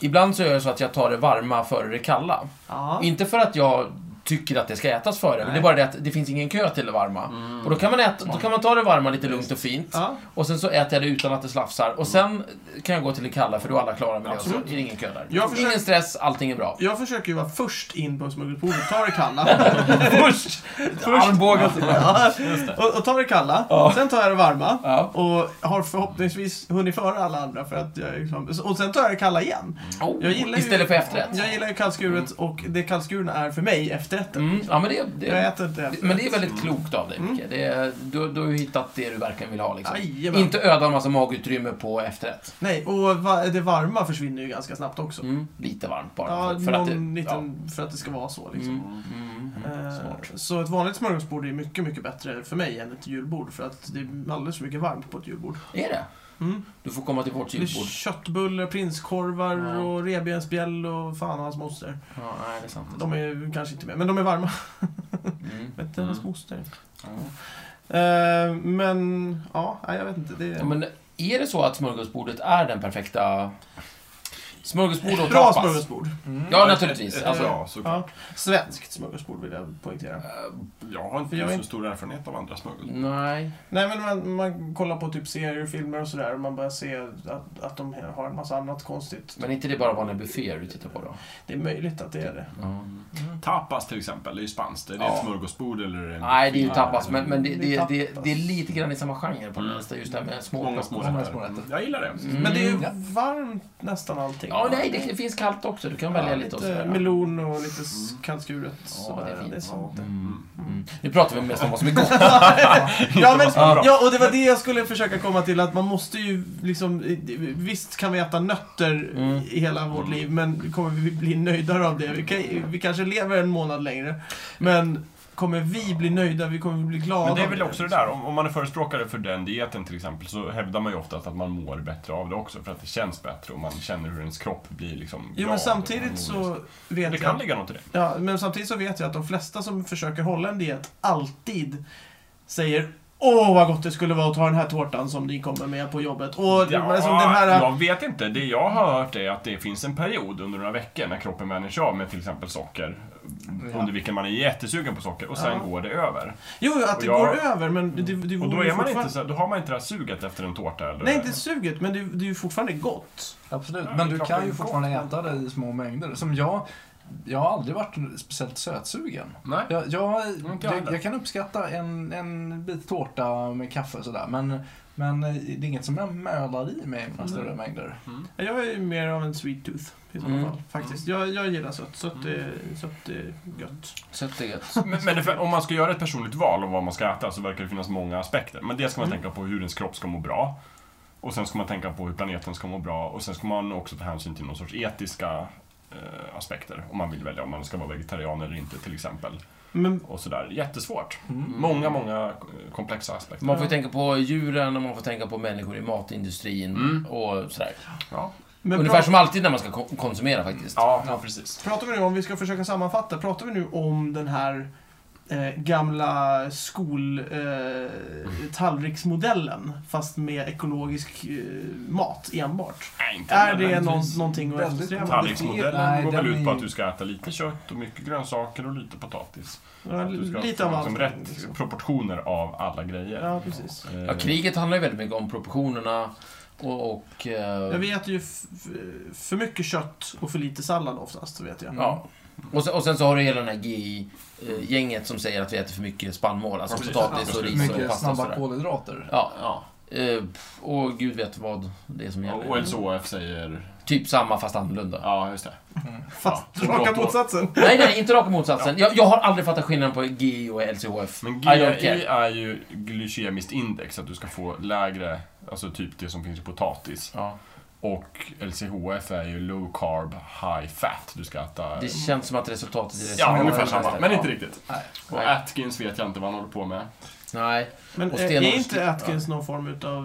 Ibland så gör jag så att jag tar det varma före det kalla.
Ja.
Inte för att jag tycker att det ska ätas före, men det är bara det att det finns ingen kö till det varma.
Mm.
Och då kan, man äta, då kan man ta det varma lite lugnt och fint.
Ja.
Och sen så äter jag det utan att det slafsar. Och sen kan jag gå till det kalla, för då är alla klara med det. Och så är
Absolut.
det ingen kö där.
Jag försöker-
Ingen stress, allting är bra.
Jag försöker ju vara först in på smuggelprovet. Ta det kalla. först! först.
Armbågen.
Ja. Och, och ta det kalla. Sen tar jag det varma.
Ja.
Och har förhoppningsvis hunnit före alla andra. För att jag, är liksom, och sen tar jag det kalla igen.
Oh,
Jag gillar ju-
istället för efterrätt.
Jag gillar ju kallskuret och det kallskurna är för mig efterrätten.
Mm, ja, men, det, det,
Jag äter inte efterrätt. Mm.
men det är väldigt klokt av dig, Micke. Det är- du, du har ju hittat det du verkligen vill ha. Liksom.
Jajamän.
Inte öda en massa magutrymme på efterrätt.
Nej, och va, det varma försvinner ju ganska snabbt också.
Mm, lite varmt bara.
Ja,
för, för
någon
att det, ja.
liten, för att det ska vara så liksom.
Mm, mm, mm,
Eh,
smart.
Så ett vanligt smörgåsbord är mycket, mycket bättre för mig än ett julbord. För att det är alldeles för mycket varmt på ett julbord.
Är det?
Mm.
Du får komma till vårt
Det är
julbord.
köttbullar, prinskorvar
Ja.
och revbensspjäll och fan och hans moster.
Ja, nej, det är sant.
De är kanske inte med, men de är varma.
Mm.
Vet du, hans
Mm.
moster.
Ja.
Eh, men, ja, nej, jag vet inte. Det är...
Ja, men är det så att smörgåsbordet är den perfekta... Smörgåsbord och
Bra
tapas?
smörgåsbord.
Mm.
Ja, naturligtvis.
Ett- ett
Alltså,
bra, såklart.
Ja. Svenskt smörgåsbord vill jag poängtera.
Jag har
För jag
inte
är
så stor erfarenhet av andra
Mm.
smörgåsbord.
Nej.
Nej men man, man kollar på typ serier och filmer och sådär och man börjar se att, att de har en massa annat konstigt.
Men inte det bara vanliga bufféer du tittar på då?
Det är möjligt att det är det.
Ja.
Tapas till exempel, det är ju spanskt. Är det
Ja.
ett smörgåsbord eller? är det en
Nej, det är ju
buffé?
tapas, men, men det,
Det är
det, det,
tapas.
det är lite grann i samma genre på
Mm.
den listan, just det här med små
Många
plock.
små
Många
rätter.
små rätter.
Mm. Jag gillar det.
Mm.
Men det är ju
Ja.
varmt nästan allting.
Ja, nej, det, det finns kallt också. Du kan välja
Ja,
lite och sådär.
lite melon och lite s-
Mm.
kallskuret. sådär.
det är fint.
det är sånt.
Mm. Mm. Nu pratar vi mest om vad som är gott.
Ja, men,
vad som är bra.
ja, och det var det jag skulle försöka komma till. Att man måste ju liksom... Visst kan vi äta nötter
Mm.
i hela vårt liv, men kommer vi bli nöjdare av det? Vi, kan, vi kanske lever en månad längre, men kommer vi bli nöjda? Vi kommer bli glada.
Men det är
av
väl också det där, om, om man är förespråkare för den dieten till exempel så hävdar man ju oftast att man mår bättre av det också för att det känns bättre och man känner hur ens kropp blir liksom
Jo,
glad
men
och
samtidigt
harmonisk.
så vet
Det kan
jag...
ligga något i det.
Ja, men samtidigt så vet jag att de flesta som försöker hålla en diet alltid säger Åh, vad gott det skulle vara att ta den här tårtan som ni kommer med på jobbet. Och
Ja,
liksom den här...
Jag vet inte. Det jag har hört är att det finns en period under några veckor när kroppen vänjer sig av med till exempel socker.
Ja.
Under vilken man är jättesugen på socker och sen
Ja.
går det över.
Jo, jo, att det
Och jag-
går över, men det, det, det
Mm. Och då,
vore ju
är man inte
fortfarande-
så, då har man inte det här suget efter en tårta eller...
Nej, inte suget, men det, det är ju fortfarande gott.
Absolut,
Ja, det är
men du
klart det
kan
är
ju
gott,
fortfarande äta det i små mängder. Som jag, jag har aldrig varit speciellt sötsugen.
Nej.
Jag, jag,
inte jag
jag,
heller.
jag kan uppskatta en, en bit tårta med kaffe och sådär, men, men eh, det är inget som jag mölar i mig i några större
Mm.
mängder.
Jag är ju mer av en sweet tooth i så
Mm.
fall, faktiskt. Jag, jag gillar sött. Sött
Mm.
är, sött är gött.
Sött är gött.
Men, men det- om man ska göra ett personligt val om vad man ska äta så verkar det finnas många aspekter. Men dels ska man tänka på hur ens kropp ska må bra. Och sen ska man tänka på hur planeten ska må bra. Och sen ska man också ta hänsyn till någon sorts etiska eh, aspekter. Om man vill välja om man ska vara vegetarian eller inte till exempel.
Men
Och sådär. Jättesvårt.
Mm.
Många, många eh, komplexa aspekter.
Man får ju tänka på djuren och man får tänka på människor i matindustrin
Mm.
och sådär.
Ja,
Men
Ungefär
pra-
som alltid när man ska ko- konsumera faktiskt.
ja, ja precis.
pratar vi nu om, vi ska försöka sammanfatta, pratar vi nu om den här eh, gamla skoltallriksmodellen eh, tallriksmodellen, fast med ekologisk eh, mat enbart?
Nej, inte
Är det
nödvändigtvis.
någon, någonting att
Väldigt
eftersträva?
Tallriksmodellen
Nej,
går väl
den
ut på
är-
att du ska äta lite kött och mycket grönsaker och lite potatis.
Ja,
att du ska
Lite
få
av
liksom
allt.
rätt
liksom.
proportioner av alla grejer.
Ja, precis.
Eh,
Ja, kriget handlar ju väldigt mycket om proportionerna och... och eh,
Ja, vi äter ju f- f- för mycket kött och för lite sallad oftast, vet jag.
Ja. Och sen, och sen så har du hela den här GI-gänget som säger att vi äter för mycket spannmål. Alltså
Ja, precis.
potatis och
Ja,
ris och
Mycket
pasta och
snabba
sådär.
kolhydrater.
Ja, ja. Eh, pff, Och gud vet vad det är som
Ja,
gäller.
Och LCHF säger...
Typ samma fast annorlunda.
Ja, just det.
Fast
Ja,
raka
gott då.
motsatsen.
Nej, nej, inte raka motsatsen. Jag, jag har aldrig fattat skillnaden på GI och LCHF.
Men
I don't
GI
care.
är ju glykemiskt index, att du ska få lägre, alltså typ det som finns i potatis.
Ja.
Och LCHF är ju low carb, high fat. Du ska äta...
Det känns som att resultatet är det
Ja,
som
ungefär
jag-
samma, men inte riktigt.
Nej.
Och
Nej.
Atkins vet jag inte vad han håller på med.
Nej.
Men
Och
eh,
stenar-
är inte Atkins någon form utav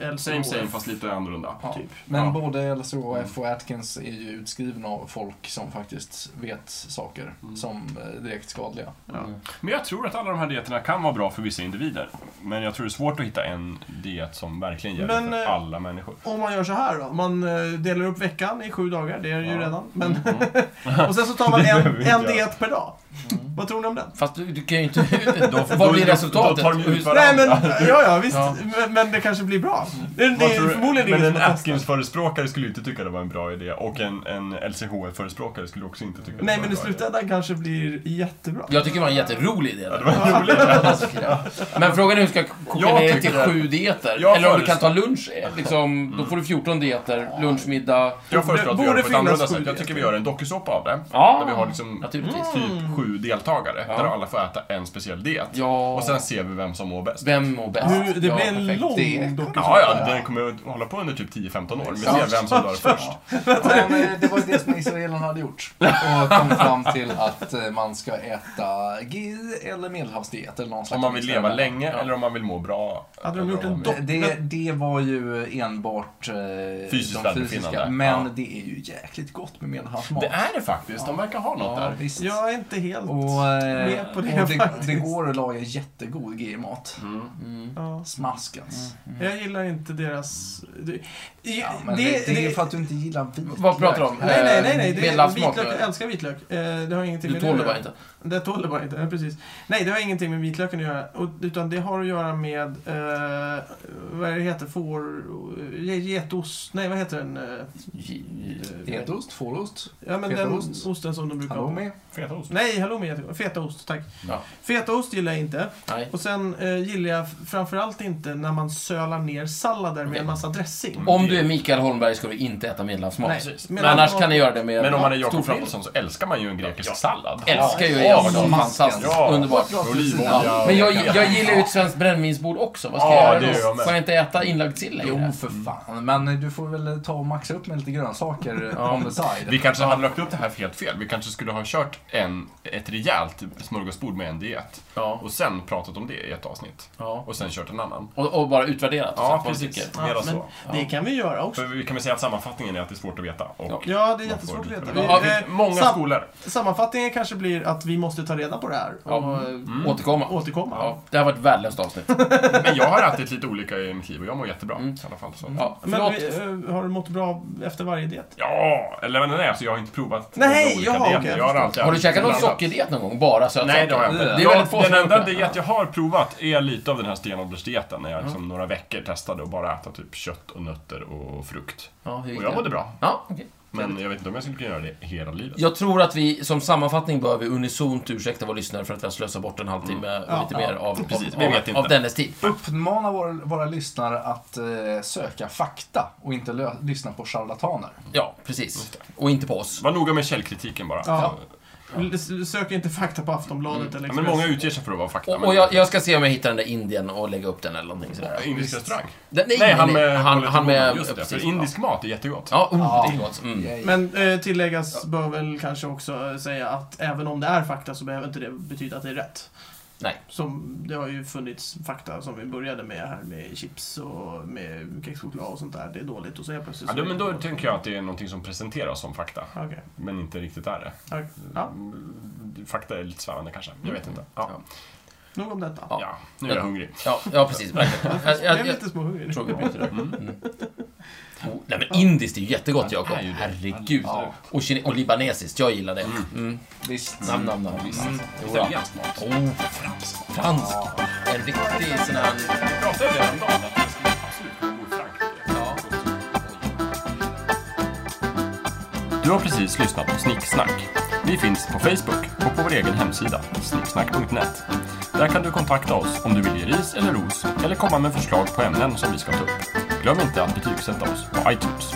eh, LCHF?
Same same, fast lite annorlunda.
Ja.
Typ.
Men
Ja.
både LCHF och Atkins är ju utskrivna av folk som faktiskt vet saker
Mm.
som eh, direkt skadliga.
Ja.
Mm.
Men jag tror att alla de här dieterna kan vara bra för vissa individer. Men jag tror det är svårt att hitta en diet som verkligen gäller
Men,
för
eh,
alla människor.
Om man gör så här då, man eh, delar upp veckan i sju dagar, det är det ju
Ja.
redan. Men,
Mm.
och sen så tar man
Det behöver
en,
vi inte
en
göra. Mm.
diet per dag. Vad tror ni om den?
Fast du, du kan ju inte... vad blir
då-
resultatet?
då tar de ut
Och hur-
varandra.
Nej men, ja ja visst,
Ja.
Men, men det kanske blir bra. Det, det
Vad
är
tror du-
förmodligen
men
ingen
en
som har testat.
Atkins-förespråkare skulle ju inte tycka det var en bra idé och en, en LCHF-förespråkare skulle också inte tycka det
Nej
var
men
en
i
bra idé.
slutändan kanske blir jättebra.
Jag tycker det var en jätterolig idé. alltså,
Ja, det var en rolig idé.
Men frågan är hur du ska koka
Jag
ner det till
tycker det.
sju dieter.
Jag
Eller om du
föreslår-
kan ta lunch. eh, Liksom, då får du 14 dieter. Lunch, middag.
Jag föreslår att vi
Borde
gör det på ett
finnas
annorlunda
sju
sätt. Jag tycker vi gör en dokusåpa av det.
Ja,
Där vi har liksom
naturligtvis. Mm.
typ sju dietmottagare
Ja.
där alla får äta en speciell diet.
Ja.
Och sen ser vi vem som mår bäst.
Vem mår bäst?
Hur, det
Ja,
blir en
perfekt.
lång
Det-
dokumentär.
Ja, ja, den kommer att hålla på under typ 10-15 år. Vi ser vem som dör först.
Men, eh, det var ju det som israelerna hade gjort. Och kom fram till att eh, man ska äta GI eller medelhavsdiet eller någon slags
Om man vill leva
mix
länge
Ja.
eller om man vill må bra.
Hade de gjort en
Eller om man-
dock-
däremellan. Det, det var ju enbart eh,
Fysiskt
de fysiska.
välbefinnande.
Men
Ja.
det är ju jäkligt gott med medelhavsmat.
Det är det faktiskt. De verkar ha något
ja,
där.
visst.
Jag är inte helt...
Och, eh,
Med på det
och det,
faktiskt.
det går att laga jättegod GI-mat.
Mm.
Ja.
Smaskens.
Jag gillar inte deras... Mm. Det,
Mm. Ja, men det, det, är för att du inte gillar vitlök.
Vad pratar du om?
Nej, nej, nej. nej. Det,
Medelhavsmatlök.
vitlök, jag älskar vitlök. Eh, Det har ingenting
Du
med
tål det
att göra.
bara inte.
Det tål det bara inte. Ja, precis. Nej, det har ingenting med vitlöken att göra. Och- Utan det har att göra med... Eh, vad är det heter? Får... eh, Getost? Nej, vad heter den? Eh,
Getost, Eh, fårost,
Ja, men
Fetaost.
den osten som de brukar ha.
halloumi.
Fetaost.
Nej, halloumi heter det. Fetaost, tack.
Ja.
Fetaost gillar jag inte.
Nej.
Och sen eh, gillar jag framförallt inte när man sölar ner sallader med
Okej.
en massa dressing.
Om du är Mikael Holmberg ska du inte äta medelhavsmat.
Nej,
Precis. Men
medelhavsmat-
annars kan ni göra det med
Men om man är Jakob
storfil.
Fransson så älskar man ju en grekisk
Ja.
sallad.
Älskar ju
Ja,
jag
ja,
dem.
ja.
Fantastiskt.
Ja.
Underbart.
Olivolja.
Ja. Men jag, jag gillar ju ett svenskt brännvinsbord också. Vad ska
Ja,
jag
det
göra
gör jag
då?
med.
Får jag inte äta inlagd sill
Jo,
längre?
för fan. Men du får väl ta och maxa upp med lite grönsaker
Ja.
on the
Vi
side.
kanske hade lagt upp det här helt fel. Vi kanske skulle ha kört en, ett rejält smörgåsbord med en diet.
Ja.
Och sen pratat om det i ett avsnitt.
ja.
Och sen kört en annan.
Och, och bara utvärderat och
Ja,
sagt vad du
precis.
tycker.
Ja,
Mera
men
så.
Det kan vi göra också.
För vi kan väl säga att sammanfattningen är att det är svårt att veta. Och
Ja, det är
man
jättesvårt
får-
att veta.
Ja,
Vi-
vi- många
sam-
skolor.
Sammanfattningen kanske blir att vi måste ta reda på det här och
Ja.
eh,
Mm.
Återkomma.
återkomma.
Ja, det har varit ett värdelöst avsnitt.
Men jag har ätit lite olika i mitt liv och jag mår jättebra i alla fall. Så.
Mm. Ja,
Men
förlåt.
vi, eh, har du mått bra efter varje diet?
Ja, eller nej, alltså jag har inte provat
Nej,
några olika
jaha,
dieter.
okej, jag
jag har
förstår.
alltid
Har du
ätit
käkat någon
blandat.
sockerdiet någon gång? Bara sötsaker?
Nej, det har jag
Det
inte.
är
Jag-
väldigt få som
Den
har
enda
gjort det.
diet jag har provat är lite av den här stenåldersdieten när jag liksom några veckor testade att bara äta typ kött och nötter och frukt.
Ja, hur gick
Och jag
det?
mådde bra.
Ja, okej.
Men jag vet inte om jag skulle kunna göra det hela livet.
Jag tror att vi som sammanfattning behöver unisont ursäkta våra lyssnare för att vi har slösat bort en halvtimme och
Ja,
lite
ja.
mer av,
Mm. Precis,
av,
vi vet
av,
inte.
av dennes tid.
Uppmana våra, våra lyssnare att eh, söka fakta och inte lö- lyssna på charlataner.
Ja, precis. Och inte på oss.
Var noga med källkritiken bara.
Ja. L- Sök inte fakta på Aftonbladet eller
Mm. Ja,
Expressen.
Men många utger sig för att vara fakta.
Och,
men-
och jag, jag ska se om jag hittar den där indien och lägga upp den eller någonting sådär.
Indisk restaurang?
Den, nej,
Nej, han med...
han, han med...
Just det,
precis,
för indisk mat är jättegott.
Ja, ja oh,
Ja.
det är gott. Mm.
Yay.
Men eh, tilläggas bör väl kanske också eh, säga att även om det är fakta så behöver inte det betyda att det är rätt.
Nej.
Som, det har ju funnits fakta som vi började med här med chips och med kexchoklad och sånt där. Det är dåligt och så helt plötsligt
Ja,
så
då,
är
men
det
då
gott.
tänker jag att det är någonting som presenteras som fakta,
Okej. Okay.
men inte riktigt är det.
Ja,
Mm, Fakta är lite svävande kanske, jag vet inte. Ja,
nog om detta.
Ja.
ja nu är jag hungrig.
Ja, ja, precis. Verkligen. Jag,
Jag
jag,
blev
jag
lite småhungrig nu.
tror vi bryter där. Mm. Oh, nej, men indiskt är ju jättegott, Jakob.
är ju det.
Herregud.
Ja.
Och, kine- och libanesiskt, jag gillar det. Mm.
Visst.
Nam, nam, nam. Mm. Jo, ja.
Italiensk mat.
Oh, franskt. En riktig sån här...
Vi pratade ju redan om dagen att jag skulle absolut kunna bo i Frankrike.
Ja.
Du har precis lyssnat på Snicksnack. Vi finns på Facebook och på vår egen hemsida, snicksnack.net. Där kan du kontakta oss om du vill ge ris eller ros eller komma med förslag på ämnen som vi ska ta upp. Glöm inte att betygsätta oss på iTunes.